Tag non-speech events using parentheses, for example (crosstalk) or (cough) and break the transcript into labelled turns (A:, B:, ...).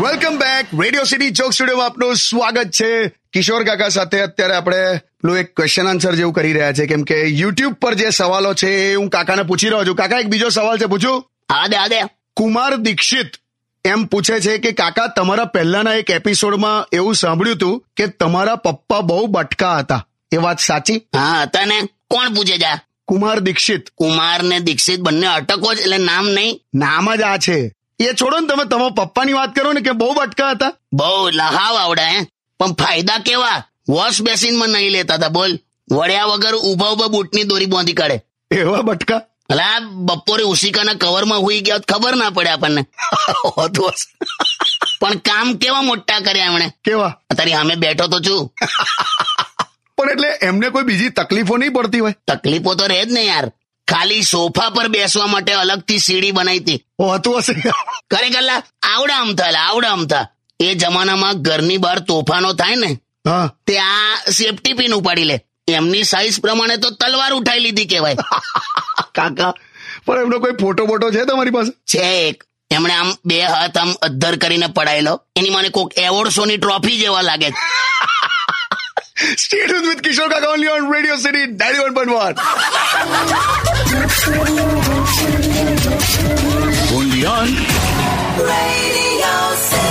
A: Welcome back radio city joke સ્ટુડિયોમાં આપનું સ્વાગત છે કિશોર કાકા સાથે અત્યારે આપણે પેલું એક ક્વેશ્ચન આન્સર જેવું કરી રહ્યા છે કેમ કે યુટ્યુબ પર જે સવાલો છે એ હું કાકાને પૂછી રહ્યો છું કાકા એક બીજો સવાલ છે પૂછું
B: હા દે હા દે
A: કુમાર દીક્ષિત એમ પૂછે છે કે કાકા તમારા પહેલાના એક એપિસોડમાં એવું સાંભળ્યું હતું કે તમારા પપ્પા બહુ બટકા હતા એ વાત સાચી
B: હા હતા ને કોણ પૂછે જા
A: કુમાર દીક્ષિત
B: કુમાર ને દીક્ષિત બંને અટકો જ એટલે નામ નહીં
A: નામ જ આ છે એ છોડો ને તમે તમારા પપ્પાની વાત કરો ને કે બહુ બટકા હતા
B: બહુ એટલે હાવ આવડે હે પણ ફાયદા કેવા વોશ બેસિનમાં નહીં લેતા હતા બોલ વળ્યા વગર ઉભા ઉભા બૂટની દોરી બાંધી કાઢે
A: એવા બટકા
B: એટલે આ બપોરે ઉશિકાના કવરમાં હુઈ ગયા હોત ખબર ના પડે આપણને (laughs)
A: હોતું હશે.
B: પણ કામ કેવા મોટા કર્યા એમણે
A: કેવા
B: તારી સામે બેઠો તો છું
A: પણ એટલે એમને કોઈ બીજી તકલીફો નહીં પડતી હોય
B: તકલીફો તો રહે જ ને યાર ખાલી સોફા પર બેસવા માટે અલગથી સીડી બનાવી હતી
A: હોતું હશે
B: ખરેખર લા, આવડા અમથા લા, આવડા અમથા એ જમાનામાં ઘરની બહાર તોફાનો થાય ને
A: હા
B: તે આ સેફટી પિન ઉપાડી લે એમની સાઈઝ પ્રમાણે તો તલવાર ઉઠાઈ લીધી કહેવાય
A: કાકા પણ એમનો કોઈ ફોટો બોટો છે તમારી પાસે
B: છે એક એમણે આમ બે હાથ આમ અદ્ધર કરીને પડાયેલો એની મને કોક એવોર્ડ શો ની ટ્રોફી જેવા લાગે છે
A: Stay tuned with Kishore Kaka only on Radio City 91.1.
C: Radio City.